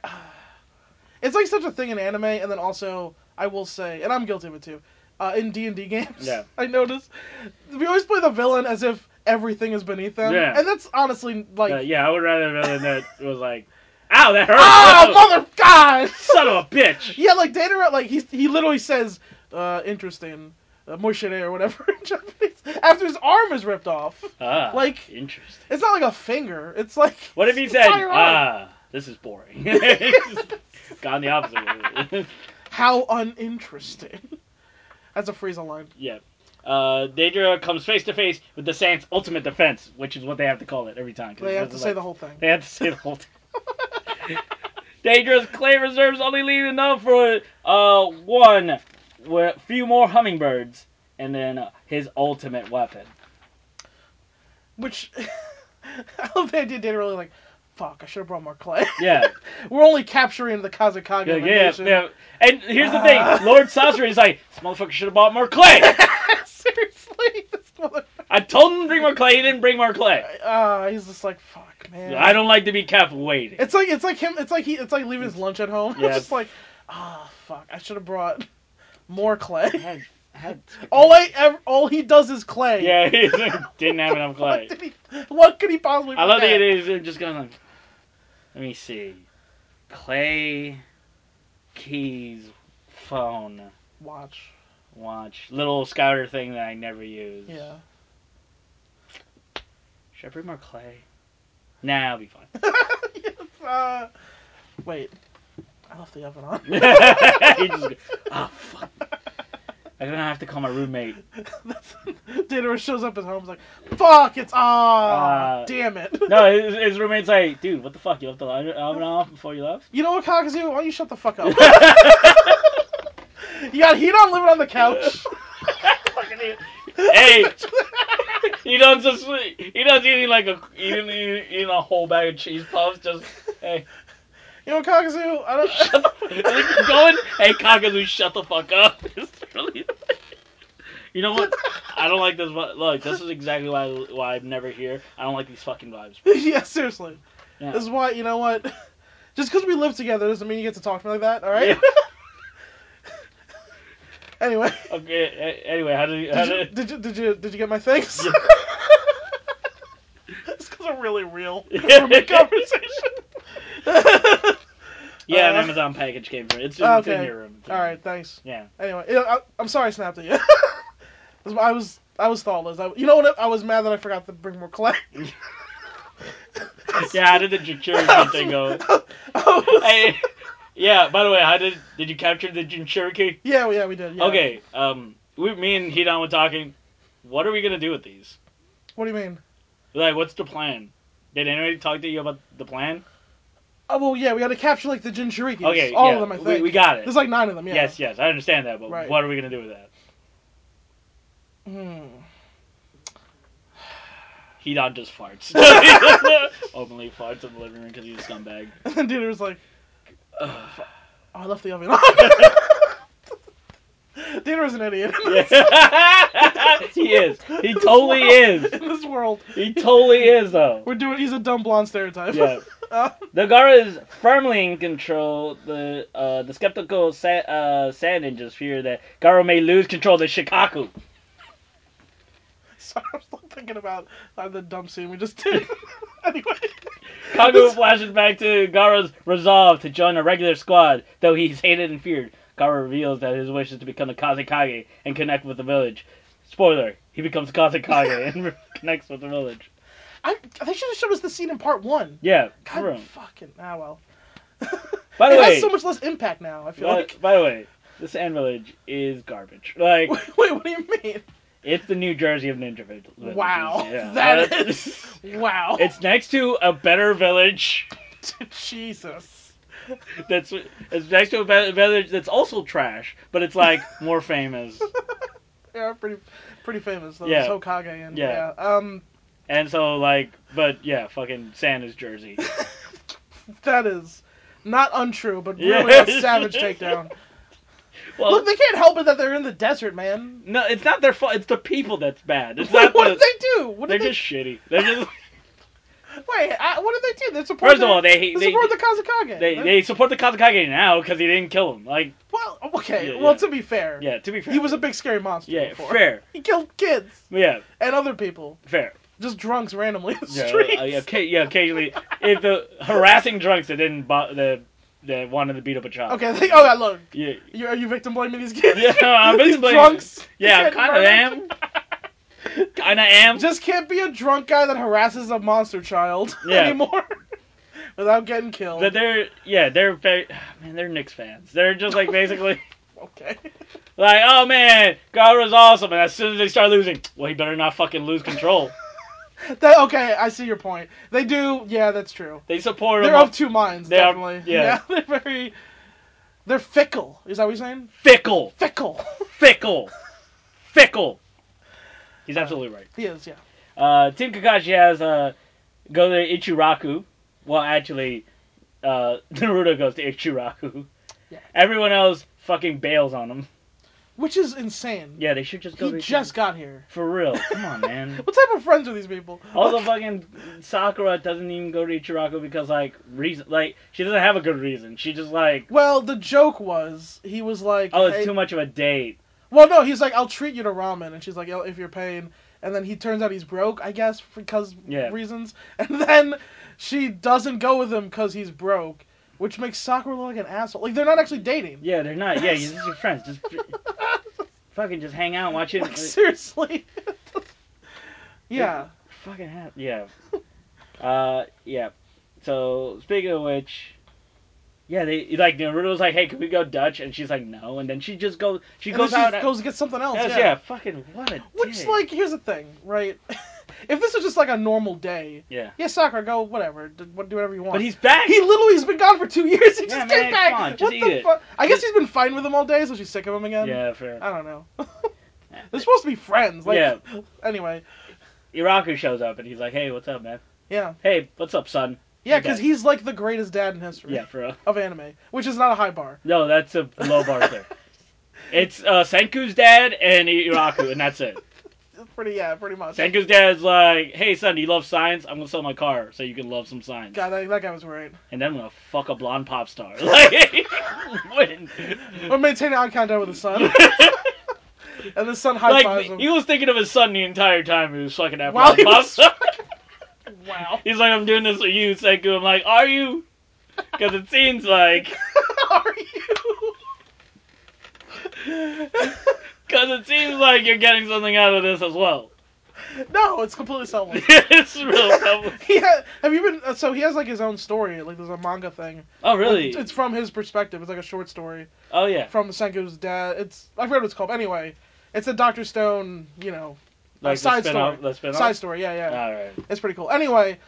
[SPEAKER 2] it's like such a thing in anime, and then also I will say, and I'm guilty of it too. Uh, in D and D games,
[SPEAKER 6] Yeah.
[SPEAKER 2] I notice we always play the villain as if everything is beneath them,
[SPEAKER 6] Yeah.
[SPEAKER 2] and that's honestly like,
[SPEAKER 6] Uh, yeah, I would rather than that was like, ow, that hurt.
[SPEAKER 2] ah, mother god.
[SPEAKER 6] son of a bitch.
[SPEAKER 2] Yeah, like Dana, like he he literally says, uh, "Interesting, uh, moishire or whatever in Japanese after his arm is ripped off.
[SPEAKER 6] Ah,
[SPEAKER 2] Like-
[SPEAKER 6] interesting.
[SPEAKER 2] It's not like a finger. It's like
[SPEAKER 6] What if he
[SPEAKER 2] it's
[SPEAKER 6] said,
[SPEAKER 2] not your arm.
[SPEAKER 6] ah, this is boring? Gone the opposite way.
[SPEAKER 2] how uninteresting." That's a freeze line.
[SPEAKER 6] yeah. Uh, Daedra comes face to face with the Saints' ultimate defense, which is what they have to call it every time. 'cause
[SPEAKER 2] They
[SPEAKER 6] it
[SPEAKER 2] have to
[SPEAKER 6] doesn't,
[SPEAKER 2] say
[SPEAKER 6] like-
[SPEAKER 2] the whole thing.
[SPEAKER 6] They have to say the whole thing. Daedra's clay reserves only leave enough for uh one, a few more hummingbirds, and then uh, his ultimate weapon.
[SPEAKER 2] Which I love the idea. Dana really like, fuck. I should have brought more clay.
[SPEAKER 6] Yeah.
[SPEAKER 2] We're only capturing the Kazakaga.
[SPEAKER 6] Yeah,
[SPEAKER 2] of the
[SPEAKER 6] yeah,
[SPEAKER 2] nation.
[SPEAKER 6] yeah. And here's the
[SPEAKER 2] Ah.
[SPEAKER 6] thing, Lord Sasori is like, this motherfucker should have bought more clay.
[SPEAKER 2] Seriously, this mother.
[SPEAKER 6] I told him to bring more clay. He didn't bring more clay.
[SPEAKER 2] Ah, he's just like, fuck, man.
[SPEAKER 6] I don't like to be kept waiting.
[SPEAKER 2] It's like it's like him. It's like he. It's like leaving his lunch at home.
[SPEAKER 6] Yeah.
[SPEAKER 2] It's just like, ah, fuck. I should have brought more
[SPEAKER 6] I
[SPEAKER 2] clay.
[SPEAKER 6] had- I had-
[SPEAKER 2] All I ever, all he does is clay.
[SPEAKER 6] yeah, he didn't have enough clay.
[SPEAKER 2] What, did he, what could he possibly?
[SPEAKER 6] I love that
[SPEAKER 2] forget?
[SPEAKER 6] it is it just going. Like, Let me see, clay, keys, phone,
[SPEAKER 2] Watch.
[SPEAKER 6] watch, little scouter thing that I never use.
[SPEAKER 2] Yeah.
[SPEAKER 6] Should I bring more clay? Nah, I'll be fine.
[SPEAKER 2] Yes, uh, wait. I left the oven on.
[SPEAKER 6] he just go, oh fuck. I'm gonna have to call my roommate.
[SPEAKER 2] Dinner shows up at home. He's like, fuck. It's ah,
[SPEAKER 6] Uh,
[SPEAKER 2] damn it.
[SPEAKER 6] No, his, his roommate's like, dude, what the fuck? You left the light on and off before you left?
[SPEAKER 2] You know what, Cockazoo? Why don't you shut the fuck up? you got heat on living on the couch.
[SPEAKER 6] hey, he does just he does eating like a eating, eating, eating a whole bag of cheese puffs. Just hey,
[SPEAKER 2] You know, Cockazoo? I don't.
[SPEAKER 6] shut the, like, going hey Kakazoo, shut the fuck up. It's really, you know what? I don't like this. vi- Look, this is exactly why why I'm never here. I don't like these fucking vibes.
[SPEAKER 2] yeah, seriously.
[SPEAKER 6] Yeah.
[SPEAKER 2] This is why, you know what? Just because we live together doesn't mean you get to talk to me like that, alright?
[SPEAKER 6] Yeah.
[SPEAKER 2] anyway.
[SPEAKER 6] Okay. a- Anyway, how do you? How
[SPEAKER 2] Did you,
[SPEAKER 6] do,
[SPEAKER 2] did you did you did you get my thanks?
[SPEAKER 6] Yeah.
[SPEAKER 2] it's because I'm really real.
[SPEAKER 6] Yeah.
[SPEAKER 2] From the conversation.
[SPEAKER 6] yeah, an
[SPEAKER 2] Uh,
[SPEAKER 6] Amazon package came for it. It's just it's in
[SPEAKER 2] okay.
[SPEAKER 6] your room. It's in
[SPEAKER 2] All
[SPEAKER 6] your
[SPEAKER 2] right,
[SPEAKER 6] room.
[SPEAKER 2] thanks.
[SPEAKER 6] Yeah.
[SPEAKER 2] Anyway, yeah, I, I'm sorry I snapped at you. That's why I was I was thoughtless. I, you know what? I was mad that I forgot to bring more clay.
[SPEAKER 6] Yeah. How did the Jinchuriki thing go?
[SPEAKER 2] I was-
[SPEAKER 6] Hey. Yeah. By the way, how did did you capture the Jinchuriki?
[SPEAKER 2] Yeah, yeah, we did. yeah.
[SPEAKER 6] Okay, um, we, me and Hidan were talking. What are we gonna do with these?
[SPEAKER 2] What do you mean?
[SPEAKER 6] Like, what's the plan? Did anybody talk to you about the plan?
[SPEAKER 2] Oh well, yeah, we had to capture like the Jinchurikis.
[SPEAKER 6] Okay,
[SPEAKER 2] all
[SPEAKER 6] yeah,
[SPEAKER 2] of them, I think.
[SPEAKER 6] We, we got it.
[SPEAKER 2] There's like nine of them. Yeah.
[SPEAKER 6] Yes, yes, I understand that, but
[SPEAKER 2] Right.
[SPEAKER 6] what are we gonna do with that?
[SPEAKER 2] Hmm.
[SPEAKER 6] Hidan just farts. Openly farts in the living room because he's a scumbag.
[SPEAKER 2] And then Dieter was like,
[SPEAKER 6] Ugh.
[SPEAKER 2] "Oh, I left the oven on." Dieter was an idiot.
[SPEAKER 6] Yeah. he is. He totally is.
[SPEAKER 2] In this world,
[SPEAKER 6] He totally is, though.
[SPEAKER 2] we're doing. He's a dumb blonde stereotype.
[SPEAKER 6] Yeah.
[SPEAKER 2] Uh,
[SPEAKER 6] Nagara is firmly in control. The uh, the skeptical sa- uh, sand ninjas fear that Garo may lose control of the Shikaku.
[SPEAKER 2] sorry, I was still thinking about uh, the dumb scene we just did. anyway.
[SPEAKER 6] Kagu
[SPEAKER 2] This-
[SPEAKER 6] flashes back to Garo's resolve to join a regular squad, though he's hated and feared. Gara reveals that his wish is to become the Kazekage and connect with the village. Spoiler: He becomes Kazekage and connects with the village.
[SPEAKER 2] I, they should have showed us the scene in part one.
[SPEAKER 6] Yeah,
[SPEAKER 2] God
[SPEAKER 6] true.
[SPEAKER 2] fucking. Ah, well.
[SPEAKER 6] By the
[SPEAKER 2] it
[SPEAKER 6] way,
[SPEAKER 2] has so much less impact now, I feel
[SPEAKER 6] by,
[SPEAKER 2] like.
[SPEAKER 6] by the way, this Ant Village is garbage. Like
[SPEAKER 2] Wait, wait, what do you mean?
[SPEAKER 6] it's the New Jersey of Ninja Village.
[SPEAKER 2] Wow.
[SPEAKER 6] Yeah.
[SPEAKER 2] that
[SPEAKER 6] Uh,
[SPEAKER 2] is. Wow.
[SPEAKER 6] It's next to a better village.
[SPEAKER 2] Jesus.
[SPEAKER 6] That's it's next to a better village that's also trash, but it's like more famous.
[SPEAKER 2] Yeah, pretty, pretty famous. Though.
[SPEAKER 6] Yeah.
[SPEAKER 2] Yeah. Hokage and
[SPEAKER 6] Yeah.
[SPEAKER 2] yeah. Um,
[SPEAKER 6] And so like, but yeah, fucking sand is Jersey.
[SPEAKER 2] that is not untrue, but
[SPEAKER 6] Yeah.
[SPEAKER 2] really a savage takedown.
[SPEAKER 6] Well,
[SPEAKER 2] Look, they can't help it that they're in the desert, man.
[SPEAKER 6] no, it's not their fault. It's the people that's bad. It's
[SPEAKER 2] Like,
[SPEAKER 6] not
[SPEAKER 2] what
[SPEAKER 6] the,
[SPEAKER 2] did they do? What
[SPEAKER 6] They're
[SPEAKER 2] did they?
[SPEAKER 6] just shitty. They're just
[SPEAKER 2] Wait, I, what did they do? They support.
[SPEAKER 6] first of
[SPEAKER 2] the-
[SPEAKER 6] all they
[SPEAKER 2] they,
[SPEAKER 6] they
[SPEAKER 2] support the Kazakage.
[SPEAKER 6] they, they support the Kazakage now because he didn't kill him. Like,
[SPEAKER 2] well, okay.
[SPEAKER 6] Yeah,
[SPEAKER 2] well,
[SPEAKER 6] yeah.
[SPEAKER 2] to be fair,
[SPEAKER 6] yeah, to be fair,
[SPEAKER 2] he was a big scary monster.
[SPEAKER 6] yeah
[SPEAKER 2] before.
[SPEAKER 6] fair,
[SPEAKER 2] He killed kids
[SPEAKER 6] yeah
[SPEAKER 2] and other people,
[SPEAKER 6] fair.
[SPEAKER 2] just drunks randomly in the
[SPEAKER 6] Yeah,
[SPEAKER 2] streets.
[SPEAKER 6] uh, yeah, ca- yeah, occasionally if the harassing drunks that didn't bo- that that wanted to beat up a child.
[SPEAKER 2] Okay, they, oh, God, look.
[SPEAKER 6] Yeah,
[SPEAKER 2] You, are you victim blaming these kids?
[SPEAKER 6] Yeah, I'm
[SPEAKER 2] These
[SPEAKER 6] victim blaming-
[SPEAKER 2] drunks.
[SPEAKER 6] yeah, I
[SPEAKER 2] Getting
[SPEAKER 6] kind of am.
[SPEAKER 2] murdered.
[SPEAKER 6] Kind of am.
[SPEAKER 2] Just can't be a drunk guy that harasses a monster child
[SPEAKER 6] Yeah.
[SPEAKER 2] anymore without getting killed.
[SPEAKER 6] But they're yeah, they're very ah, man, they're Knicks fans. They're just like basically
[SPEAKER 2] Okay.
[SPEAKER 6] like, oh man, Gara's awesome, and as soon as they start losing, well, he better not fucking lose control.
[SPEAKER 2] That, okay, I see your point. They do. Yeah, that's true.
[SPEAKER 6] They support him.
[SPEAKER 2] They're
[SPEAKER 6] on
[SPEAKER 2] of two minds,
[SPEAKER 6] They are-
[SPEAKER 2] definitely.
[SPEAKER 6] yeah.
[SPEAKER 2] they're very. They're fickle. Is that what you're saying?
[SPEAKER 6] fickle,
[SPEAKER 2] Fickle.
[SPEAKER 6] fickle, fickle. He's absolutely right.
[SPEAKER 2] He is, yeah.
[SPEAKER 6] Uh, Team Kakashi has uh, go to Ichiraku. Well, actually, uh, Naruto goes to Ichiraku.
[SPEAKER 2] Yeah.
[SPEAKER 6] Everyone else fucking bails on him.
[SPEAKER 2] Which is insane.
[SPEAKER 6] Yeah, they should just go.
[SPEAKER 2] He
[SPEAKER 6] to
[SPEAKER 2] just
[SPEAKER 6] Ichiraku.
[SPEAKER 2] got here.
[SPEAKER 6] for real. Come on, man.
[SPEAKER 2] What type of friends are these people?
[SPEAKER 6] Also, fucking Sakura doesn't even go to Ichiraku because like reason, like she doesn't have a good reason. She just like,
[SPEAKER 2] Well, the joke was he was like,
[SPEAKER 6] oh, it's
[SPEAKER 2] "Hey-
[SPEAKER 6] too much of a date.
[SPEAKER 2] Well, no, he's like, I'll treat you to ramen, and she's like, "Oh, if you're paying. And then he turns out he's broke, I guess, because
[SPEAKER 6] Yeah.
[SPEAKER 2] reasons. And then she doesn't go with him because he's broke, which makes Sakura look like an asshole. Like they're not actually dating.
[SPEAKER 6] Yeah, they're not. Yeah, you're just your friends. Just fucking just hang out, watch it.
[SPEAKER 2] Like seriously. yeah.
[SPEAKER 6] fucking ha- yeah. Uh, yeah. So speaking of which, yeah, they like Naruto's like, hey, can we go Dutch? And she's like, no. And then she just goes, she
[SPEAKER 2] And then
[SPEAKER 6] goes
[SPEAKER 2] she
[SPEAKER 6] out. and-
[SPEAKER 2] goes to get something else.
[SPEAKER 6] yes, yeah.
[SPEAKER 2] yeah.
[SPEAKER 6] fucking what a
[SPEAKER 2] Which
[SPEAKER 6] dick.
[SPEAKER 2] like, here's the thing, right? if this was just like a normal day,
[SPEAKER 6] yeah.
[SPEAKER 2] yeah, Sakura, go whatever, do what- do whatever you want.
[SPEAKER 6] But he's back.
[SPEAKER 2] He literally has been gone for two years. He
[SPEAKER 6] Yeah,
[SPEAKER 2] just
[SPEAKER 6] man,
[SPEAKER 2] came back.
[SPEAKER 6] come on, just
[SPEAKER 2] what
[SPEAKER 6] eat
[SPEAKER 2] the
[SPEAKER 6] it.
[SPEAKER 2] fuck? I guess he's been fine with him all day, so she's sick of him again.
[SPEAKER 6] yeah, fair.
[SPEAKER 2] I don't know. They're supposed to be friends. Like,
[SPEAKER 6] Yeah.
[SPEAKER 2] Anyway,
[SPEAKER 6] Iraku shows up and he's like, hey, what's up, man?
[SPEAKER 2] yeah,
[SPEAKER 6] Hey, what's up, son?
[SPEAKER 2] yeah,
[SPEAKER 6] Okay.
[SPEAKER 2] because he's like the greatest dad in history
[SPEAKER 6] Yeah, for real.
[SPEAKER 2] of anime, which is not a high bar.
[SPEAKER 6] No, that's a low bar there. It's uh, Senku's dad and Iraku, and that's it.
[SPEAKER 2] Pretty yeah, pretty much.
[SPEAKER 6] Senku's dad's like, hey, son, do you love science? I'm gonna sell my car so you can love some science.
[SPEAKER 2] God, that, that guy was right.
[SPEAKER 6] and then I'm gonna fuck a blonde pop star. Like, when-
[SPEAKER 2] But maintain eye contact with his son, and the son high fives
[SPEAKER 6] like
[SPEAKER 2] him.
[SPEAKER 6] he was thinking of his son the entire time he was fucking that
[SPEAKER 2] While
[SPEAKER 6] blonde
[SPEAKER 2] he
[SPEAKER 6] pop
[SPEAKER 2] was-
[SPEAKER 6] star.
[SPEAKER 2] Wow.
[SPEAKER 6] He's like, I'm doing this for you, Senku. I'm like, are you? Because it seems like,
[SPEAKER 2] Are you?
[SPEAKER 6] because it seems like you're getting something out of this as well.
[SPEAKER 2] no, it's completely selfless.
[SPEAKER 6] it's real. Double.
[SPEAKER 2] he ha- have you been? uh, So he has like his own story. Like there's a manga thing.
[SPEAKER 6] Oh really?
[SPEAKER 2] It's from his perspective. It's like a short story
[SPEAKER 6] Oh yeah.
[SPEAKER 2] from Senku's dad. It's I forgot what it's called. but Anyway, it's a Doctor Stone. You know,
[SPEAKER 6] Like
[SPEAKER 2] side
[SPEAKER 6] the
[SPEAKER 2] story.
[SPEAKER 6] spin-off, the spin-off?
[SPEAKER 2] side story. Yeah, yeah.
[SPEAKER 6] All right.
[SPEAKER 2] It's pretty cool. Anyway,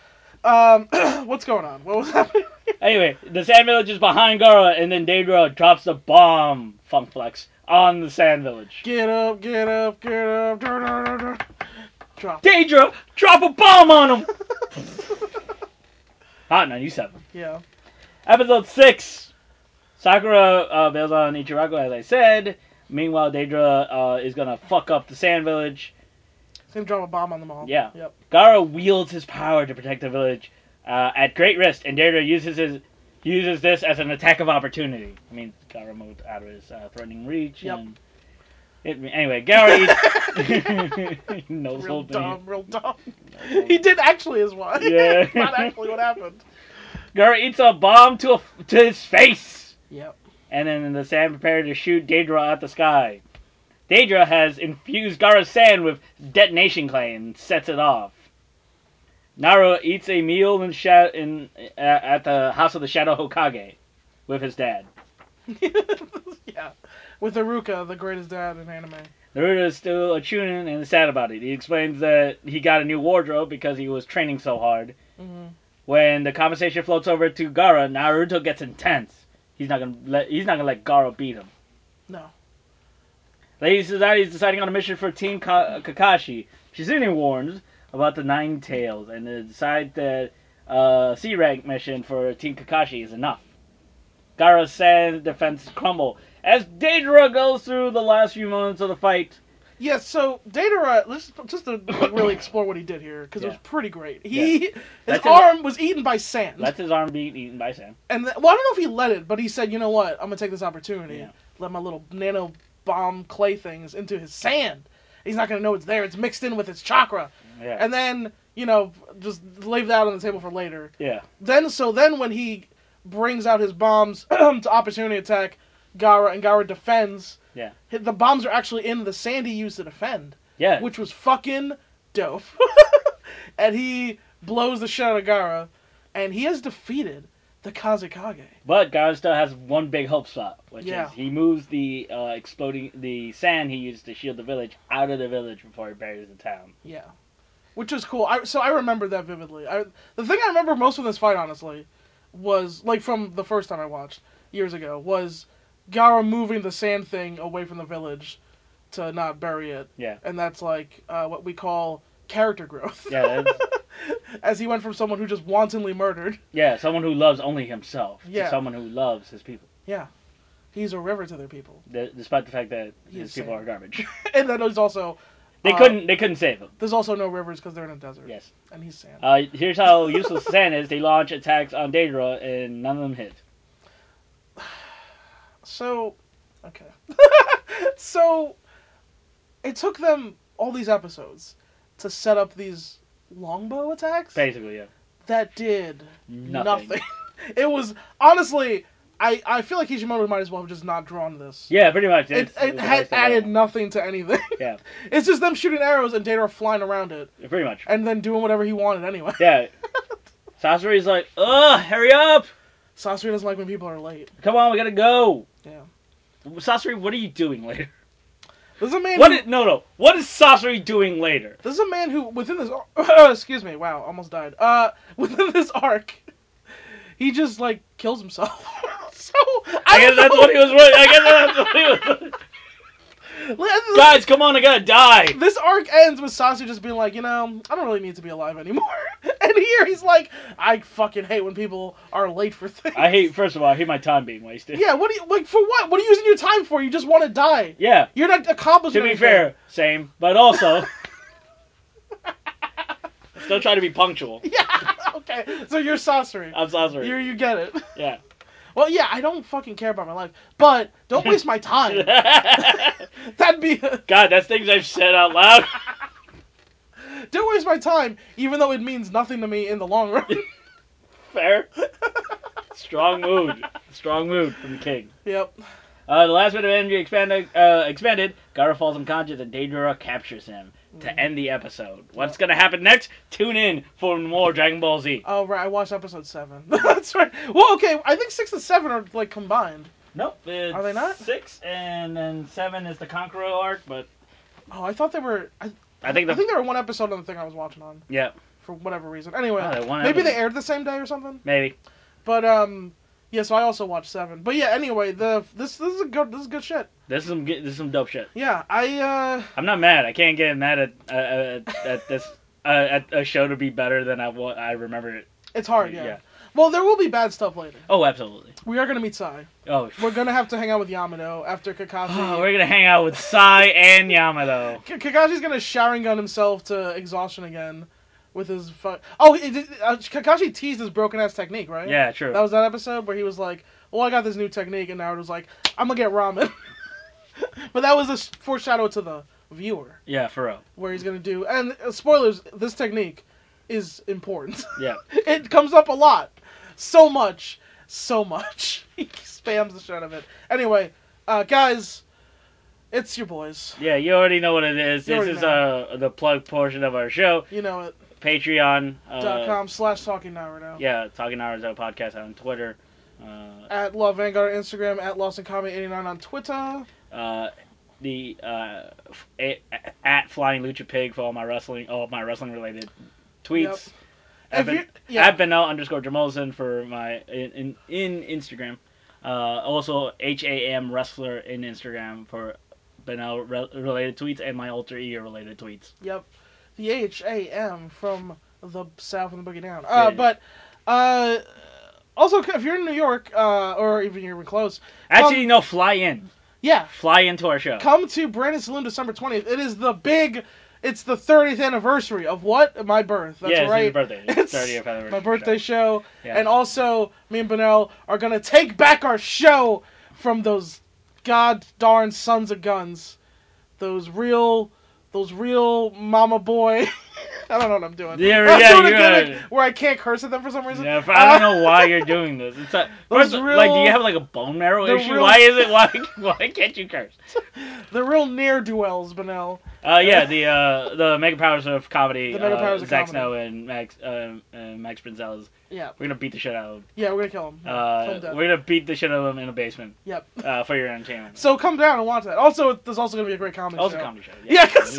[SPEAKER 2] um, what's going on? What was happening?
[SPEAKER 6] Anyway, the sand village is behind Gara, and then Daedra drops the bomb, Funk Flex, on the sand village.
[SPEAKER 2] Get up, get up, get up. dur- dur- dur- dur. Drop.
[SPEAKER 6] Daedra, drop a bomb on him. Hot 97.
[SPEAKER 2] Yeah.
[SPEAKER 6] Episode 6. Sakura uh, bails on Ichiraku, as I said. Meanwhile, Daedra uh, is gonna fuck up the sand village.
[SPEAKER 2] He's gonna drop a bomb on them all.
[SPEAKER 6] Yeah.
[SPEAKER 2] Yep.
[SPEAKER 6] Gara wields his power to protect the village uh, at great risk, and Daedra uses his uses this as an attack of opportunity. I mean, Gara moved out of his uh, threatening reach.
[SPEAKER 2] Yep.
[SPEAKER 6] And it, anyway, Gara eats. no
[SPEAKER 2] Real
[SPEAKER 6] soul
[SPEAKER 2] dumb, real dumb.
[SPEAKER 6] thing.
[SPEAKER 2] He did actually is why.
[SPEAKER 6] Yeah.
[SPEAKER 2] Not actually what happened.
[SPEAKER 6] Gara eats a bomb to a, to his face.
[SPEAKER 2] Yep.
[SPEAKER 6] and then the Sand prepare to shoot Daedra out the sky. Daedra has infused Gara's sand with detonation clay and sets it off. Naru eats a meal in, sha- in uh, at the house of the Shadow Hokage with his dad.
[SPEAKER 2] yeah. With Aruka, the greatest dad in anime.
[SPEAKER 6] Naruto is still a chunin and is sad about it. He explains that he got a new wardrobe because he was training so hard.
[SPEAKER 2] Mhm.
[SPEAKER 6] When the conversation floats over to Gara, Naruto gets intense. He's not gonna let he's not gonna let Gara beat him.
[SPEAKER 2] No.
[SPEAKER 6] Lady Suzuki is deciding on a mission for Team Ka- Kakashi. Shizune warns about the Nine Tails and they decide that uh, C rank mission for Team Kakashi is enough. Gara sand defenses crumble as Deidara goes through the last few moments of the fight.
[SPEAKER 2] Yeah, so Datara, let's just to really explore what he did here because it was
[SPEAKER 6] Yeah.
[SPEAKER 2] pretty great. He his
[SPEAKER 6] That's an-
[SPEAKER 2] arm was eaten by sand,
[SPEAKER 6] Lets his arm be eaten by sand.
[SPEAKER 2] and th- well, I don't know if he let it, but he said, you know what, I'm gonna take this opportunity,
[SPEAKER 6] Yeah.
[SPEAKER 2] let my little nano bomb clay things into his sand. He's not gonna know it's there. It's mixed in with his chakra,
[SPEAKER 6] Yeah.
[SPEAKER 2] and then you know just leave that on the table for later.
[SPEAKER 6] yeah.
[SPEAKER 2] Then so then when he brings out his bombs to opportunity attack Gara and Gara defends.
[SPEAKER 6] Yeah.
[SPEAKER 2] hi- The bombs are actually in the sand he used to defend,
[SPEAKER 6] Yeah.
[SPEAKER 2] which was fucking dope. and he blows the shit out of Gara, and he has defeated the Kazekage.
[SPEAKER 6] But Gara still has one big hope spot, which
[SPEAKER 2] Yeah.
[SPEAKER 6] is he moves the uh, exploding the sand he used to shield the village out of the village before he buries the town.
[SPEAKER 2] Yeah. Which was cool. I, so I remember that vividly. I, the thing I remember most from this fight, honestly, was like from the first time I watched years ago was Gara moving the sand thing away from the village to not bury it,
[SPEAKER 6] Yeah.
[SPEAKER 2] and that's like uh, what we call character growth.
[SPEAKER 6] Yeah. That's,
[SPEAKER 2] As he went from someone who just wantonly murdered,
[SPEAKER 6] yeah. Someone who loves only himself.
[SPEAKER 2] Yeah.
[SPEAKER 6] To someone who loves his people,
[SPEAKER 2] he's a river to their people,
[SPEAKER 6] d- despite the fact that
[SPEAKER 2] He
[SPEAKER 6] his
[SPEAKER 2] is
[SPEAKER 6] people
[SPEAKER 2] sad.
[SPEAKER 6] are garbage.
[SPEAKER 2] and then there's also
[SPEAKER 6] they
[SPEAKER 2] Uh,
[SPEAKER 6] couldn't. They couldn't save him.
[SPEAKER 2] there's also no rivers because they're in a desert,
[SPEAKER 6] Yes.
[SPEAKER 2] and he's sand.
[SPEAKER 6] Uh, here's how useless sand is. They launch attacks on Daedra, and none of them hit.
[SPEAKER 2] So, okay. so, it took them all these episodes to set up these longbow attacks
[SPEAKER 6] Basically, yeah.
[SPEAKER 2] that did
[SPEAKER 6] Nothing.
[SPEAKER 2] it was honestly, I I feel like Kishimoto might as well have just not drawn this.
[SPEAKER 6] Yeah, pretty much.
[SPEAKER 2] It,
[SPEAKER 6] It's-
[SPEAKER 2] it
[SPEAKER 6] it's
[SPEAKER 2] had
[SPEAKER 6] based on
[SPEAKER 2] added
[SPEAKER 6] that.
[SPEAKER 2] nothing to anything.
[SPEAKER 6] Yeah.
[SPEAKER 2] It's just them shooting arrows and Data flying around it
[SPEAKER 6] Pretty much.
[SPEAKER 2] and then doing whatever he wanted anyway.
[SPEAKER 6] Yeah. Sasori's like, ugh, hurry up!
[SPEAKER 2] Sasori doesn't like when people are late.
[SPEAKER 6] Come on, we gotta go.
[SPEAKER 2] Yeah.
[SPEAKER 6] Sasori, what are you doing later?
[SPEAKER 2] There's a man
[SPEAKER 6] What
[SPEAKER 2] who-
[SPEAKER 6] is, no, no. What is Sasori doing later?
[SPEAKER 2] This is a man who, within this, ar- excuse me, wow, almost died. Uh, within this arc, he just like kills himself. so
[SPEAKER 6] I
[SPEAKER 2] I, don't
[SPEAKER 6] guess that's
[SPEAKER 2] know.
[SPEAKER 6] what he was. I guess that's what he was.
[SPEAKER 2] Let-
[SPEAKER 6] Guys, come on, I gotta die.
[SPEAKER 2] This arc ends with Sasuke just being like, you know, I don't really need to be alive anymore. and here he's like, I fucking hate when people are late for things.
[SPEAKER 6] I hate. First of all, I hate my time being wasted.
[SPEAKER 2] Yeah, what do you like for? What? What are you using your time for? You just want to die.
[SPEAKER 6] Yeah.
[SPEAKER 2] You're not accomplishing.
[SPEAKER 6] To be
[SPEAKER 2] anything.
[SPEAKER 6] fair, same, but also still try to be punctual.
[SPEAKER 2] Yeah. Okay. So you're Sasori.
[SPEAKER 6] I'm
[SPEAKER 2] You
[SPEAKER 6] Sasori.
[SPEAKER 2] you get it.
[SPEAKER 6] Yeah.
[SPEAKER 2] Well, yeah, I don't fucking care about my life, but don't waste my time. That'd be.
[SPEAKER 6] God, that's things I've said out loud.
[SPEAKER 2] Don't waste my time, even though it means nothing to me in the long run.
[SPEAKER 6] Fair. Strong mood. Strong mood from King.
[SPEAKER 2] yep.
[SPEAKER 6] Uh, the last bit of energy expanded. Uh, expanded. Gara falls unconscious, and Daedra captures him to end the episode. What's gonna happen next? Tune in for more Dragon Ball Z.
[SPEAKER 2] Oh, right. I watched episode seven. That's right. Well, okay. I think six and seven are like combined.
[SPEAKER 6] Nope. It's
[SPEAKER 2] Are they not?
[SPEAKER 6] Six and then seven is the Conqueror arc, but
[SPEAKER 2] Oh, I thought they were. I,
[SPEAKER 6] I think the
[SPEAKER 2] I think they were one episode on the thing I was watching on
[SPEAKER 6] yeah
[SPEAKER 2] for whatever reason. Anyway,
[SPEAKER 6] Oh, they're one
[SPEAKER 2] maybe they
[SPEAKER 6] episode.
[SPEAKER 2] aired the same day or something.
[SPEAKER 6] maybe
[SPEAKER 2] But um, yeah. So I also watched seven. But yeah. Anyway, the this this is a good this is good shit.
[SPEAKER 6] this is some good- this is some dope shit.
[SPEAKER 2] Yeah. I uh.
[SPEAKER 6] I'm not mad. I can't get mad at uh, at, at this uh, at a show to be better than I wa- I remember it.
[SPEAKER 2] It's hard. Yeah.
[SPEAKER 6] Yeah.
[SPEAKER 2] Well, there will be bad stuff later.
[SPEAKER 6] Oh, absolutely.
[SPEAKER 2] We are gonna meet Sai.
[SPEAKER 6] Oh,
[SPEAKER 2] We're gonna have to hang out with Yamato after Kakashi.
[SPEAKER 6] we're gonna hang out with Sai and Yamato.
[SPEAKER 2] K- Kakashi's gonna Sharingan himself to exhaustion again with his fuck. Oh, it, it, uh, Kakashi teased his broken ass technique, right?
[SPEAKER 6] Yeah, true.
[SPEAKER 2] That was that episode where he was like, "Well, I got this new technique," and Naruto was like, "I'm gonna get ramen." but that was a s- foreshadow to the viewer
[SPEAKER 6] Yeah, for real.
[SPEAKER 2] where he's gonna do. And uh, spoilers: this technique is important.
[SPEAKER 6] Yeah.
[SPEAKER 2] it comes up a lot, so much so much. he spams the shit out of it. Anyway, uh, guys, it's your boys.
[SPEAKER 6] Yeah, you already know what it is.
[SPEAKER 2] You
[SPEAKER 6] This
[SPEAKER 2] already
[SPEAKER 6] is uh the plug portion of our show.
[SPEAKER 2] You know it.
[SPEAKER 6] Patreon. Uh,
[SPEAKER 2] Dot com slash talking now now.
[SPEAKER 6] Yeah, Talking Hours Out podcast on Twitter. Uh,
[SPEAKER 2] At Law Vanguard on Instagram, at Lost and Comedy 89 on Twitter.
[SPEAKER 6] uh, the uh, f- a- a- at Flying Lucha Pig for all my wrestling, all my wrestling related tweets.
[SPEAKER 2] If
[SPEAKER 6] Eben-
[SPEAKER 2] you- yeah.
[SPEAKER 6] at Benel underscore Jamolson for my in in, in Instagram. Uh, also H A M wrestler in Instagram for Benel re- related tweets and my alter ego related tweets.
[SPEAKER 2] Yep. The H A M from the South and the Boogie Down. Uh,
[SPEAKER 6] Yeah.
[SPEAKER 2] But uh, also, if you're in New York, uh, or even you're even close,
[SPEAKER 6] Actually, no, fly in,
[SPEAKER 2] yeah,
[SPEAKER 6] fly into our show.
[SPEAKER 2] come to Brandon Saloon December 20th. It is the big, it's the 30th anniversary of what? My birth. That's
[SPEAKER 6] yeah, it's
[SPEAKER 2] right.
[SPEAKER 6] his birthday.
[SPEAKER 2] It's
[SPEAKER 6] It's 30th anniversary.
[SPEAKER 2] My birthday
[SPEAKER 6] show.
[SPEAKER 2] show.
[SPEAKER 6] Yeah.
[SPEAKER 2] And also, me and Benel are going to take back our show from those god darn sons of guns. Those real, those real mama boy. I don't know what I'm doing.
[SPEAKER 6] Yeah,
[SPEAKER 2] I'm
[SPEAKER 6] yeah,
[SPEAKER 2] doing a
[SPEAKER 6] you're
[SPEAKER 2] gimmick
[SPEAKER 6] right.
[SPEAKER 2] Where I can't curse at them for some reason.
[SPEAKER 6] Yeah, but I
[SPEAKER 2] Uh,
[SPEAKER 6] don't know why you're doing this. It's like,
[SPEAKER 2] Those
[SPEAKER 6] first, like, do
[SPEAKER 2] real-
[SPEAKER 6] you have like a bone marrow
[SPEAKER 2] they're
[SPEAKER 6] issue?
[SPEAKER 2] real-
[SPEAKER 6] Why is it? Why, why can't you curse?
[SPEAKER 2] The real near duels, Benel.
[SPEAKER 6] Uh, yeah, the uh, the mega powers of comedy.
[SPEAKER 2] The mega
[SPEAKER 6] uh,
[SPEAKER 2] powers of
[SPEAKER 6] Zack
[SPEAKER 2] comedy.
[SPEAKER 6] Snow and Max uh, uh, Max Brinzel's.
[SPEAKER 2] Yeah,
[SPEAKER 6] We're gonna beat the shit out of them.
[SPEAKER 2] yeah, we're gonna kill him.
[SPEAKER 6] Uh, we're gonna beat the shit out of them in a basement
[SPEAKER 2] Yep.
[SPEAKER 6] uh, for your entertainment.
[SPEAKER 2] So come down and watch that. Also, there's also gonna be a great comedy
[SPEAKER 6] Also
[SPEAKER 2] show.
[SPEAKER 6] comedy show.
[SPEAKER 2] yeah, because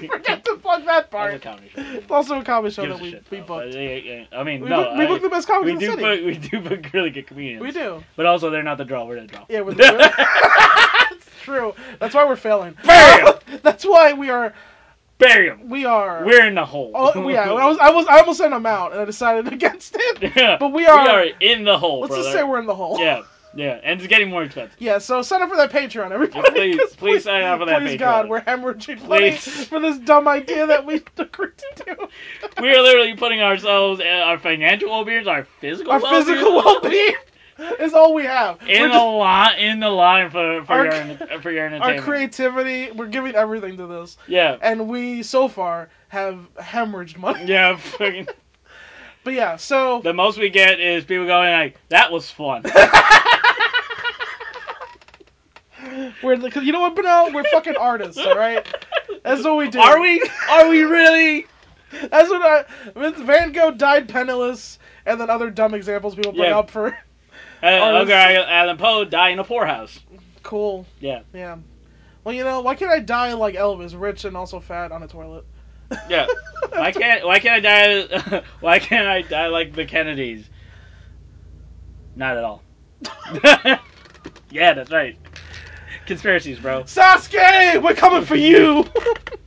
[SPEAKER 2] we forget to plug that
[SPEAKER 6] Also
[SPEAKER 2] part.
[SPEAKER 6] comedy show.
[SPEAKER 2] It's also a comedy show
[SPEAKER 6] Gives
[SPEAKER 2] that
[SPEAKER 6] a
[SPEAKER 2] we,
[SPEAKER 6] shit,
[SPEAKER 2] we
[SPEAKER 6] though.
[SPEAKER 2] booked.
[SPEAKER 6] But, yeah, yeah, I mean,
[SPEAKER 2] We,
[SPEAKER 6] no,
[SPEAKER 2] book, we
[SPEAKER 6] I-
[SPEAKER 2] booked the best comedy
[SPEAKER 6] we
[SPEAKER 2] in the
[SPEAKER 6] do
[SPEAKER 2] city.
[SPEAKER 6] book, we do book really good comedians.
[SPEAKER 2] We do.
[SPEAKER 6] But also, they're not the draw. We're the draw.
[SPEAKER 2] Yeah, we're the It's true. That's why we're failing.
[SPEAKER 6] Bam!
[SPEAKER 2] That's why we are.
[SPEAKER 6] Bury 'em.
[SPEAKER 2] We are.
[SPEAKER 6] We're in the hole.
[SPEAKER 2] Oh yeah. I was. I was. I almost sent him out, and I decided against it. But we are-
[SPEAKER 6] in the hole,
[SPEAKER 2] Let's
[SPEAKER 6] brother.
[SPEAKER 2] just say we're in the hole.
[SPEAKER 6] Yeah, yeah, and it's getting more expensive.
[SPEAKER 2] Yeah, so sign up for that Patreon, everybody.
[SPEAKER 6] Yeah, please,
[SPEAKER 2] 'cause
[SPEAKER 6] please sign up for that
[SPEAKER 2] Please,
[SPEAKER 6] Patreon.
[SPEAKER 2] God, we're hemorrhaging money
[SPEAKER 6] Please.
[SPEAKER 2] for this dumb idea that we agreed to do.
[SPEAKER 6] We are literally putting ourselves, uh, our financial well-being, our physical,
[SPEAKER 2] Our
[SPEAKER 6] well-being,
[SPEAKER 2] physical well-being is all we have.
[SPEAKER 6] in
[SPEAKER 2] we're
[SPEAKER 6] the
[SPEAKER 2] just-
[SPEAKER 6] line, in the line for for
[SPEAKER 2] Our-
[SPEAKER 6] your en- for your
[SPEAKER 2] our
[SPEAKER 6] entertainment.
[SPEAKER 2] creativity. We're giving everything to this,
[SPEAKER 6] yeah,
[SPEAKER 2] and we so far have hemorrhaged money.
[SPEAKER 6] yeah. Fucking,
[SPEAKER 2] But yeah, so
[SPEAKER 6] the most we get is people going like, "That was fun."
[SPEAKER 2] We're the, cause you know what, Benel? We're fucking artists, all right. That's what we do.
[SPEAKER 6] Are we? Are we really?
[SPEAKER 2] That's what I. Van Gogh died penniless, and then other dumb examples people bring
[SPEAKER 6] Yeah.
[SPEAKER 2] up for
[SPEAKER 6] Uh,
[SPEAKER 2] Artists.
[SPEAKER 6] Edgar Allan Poe died in a poorhouse.
[SPEAKER 2] cool.
[SPEAKER 6] Yeah,
[SPEAKER 2] Yeah. Well, you know, why can't I die like Elvis, rich and also fat on a toilet?
[SPEAKER 6] yeah. Why can't Why can't I die? Why can't I die like the Kennedys? Not at all. yeah, that's right. Conspiracies, bro.
[SPEAKER 2] Sasuke, we're coming for you.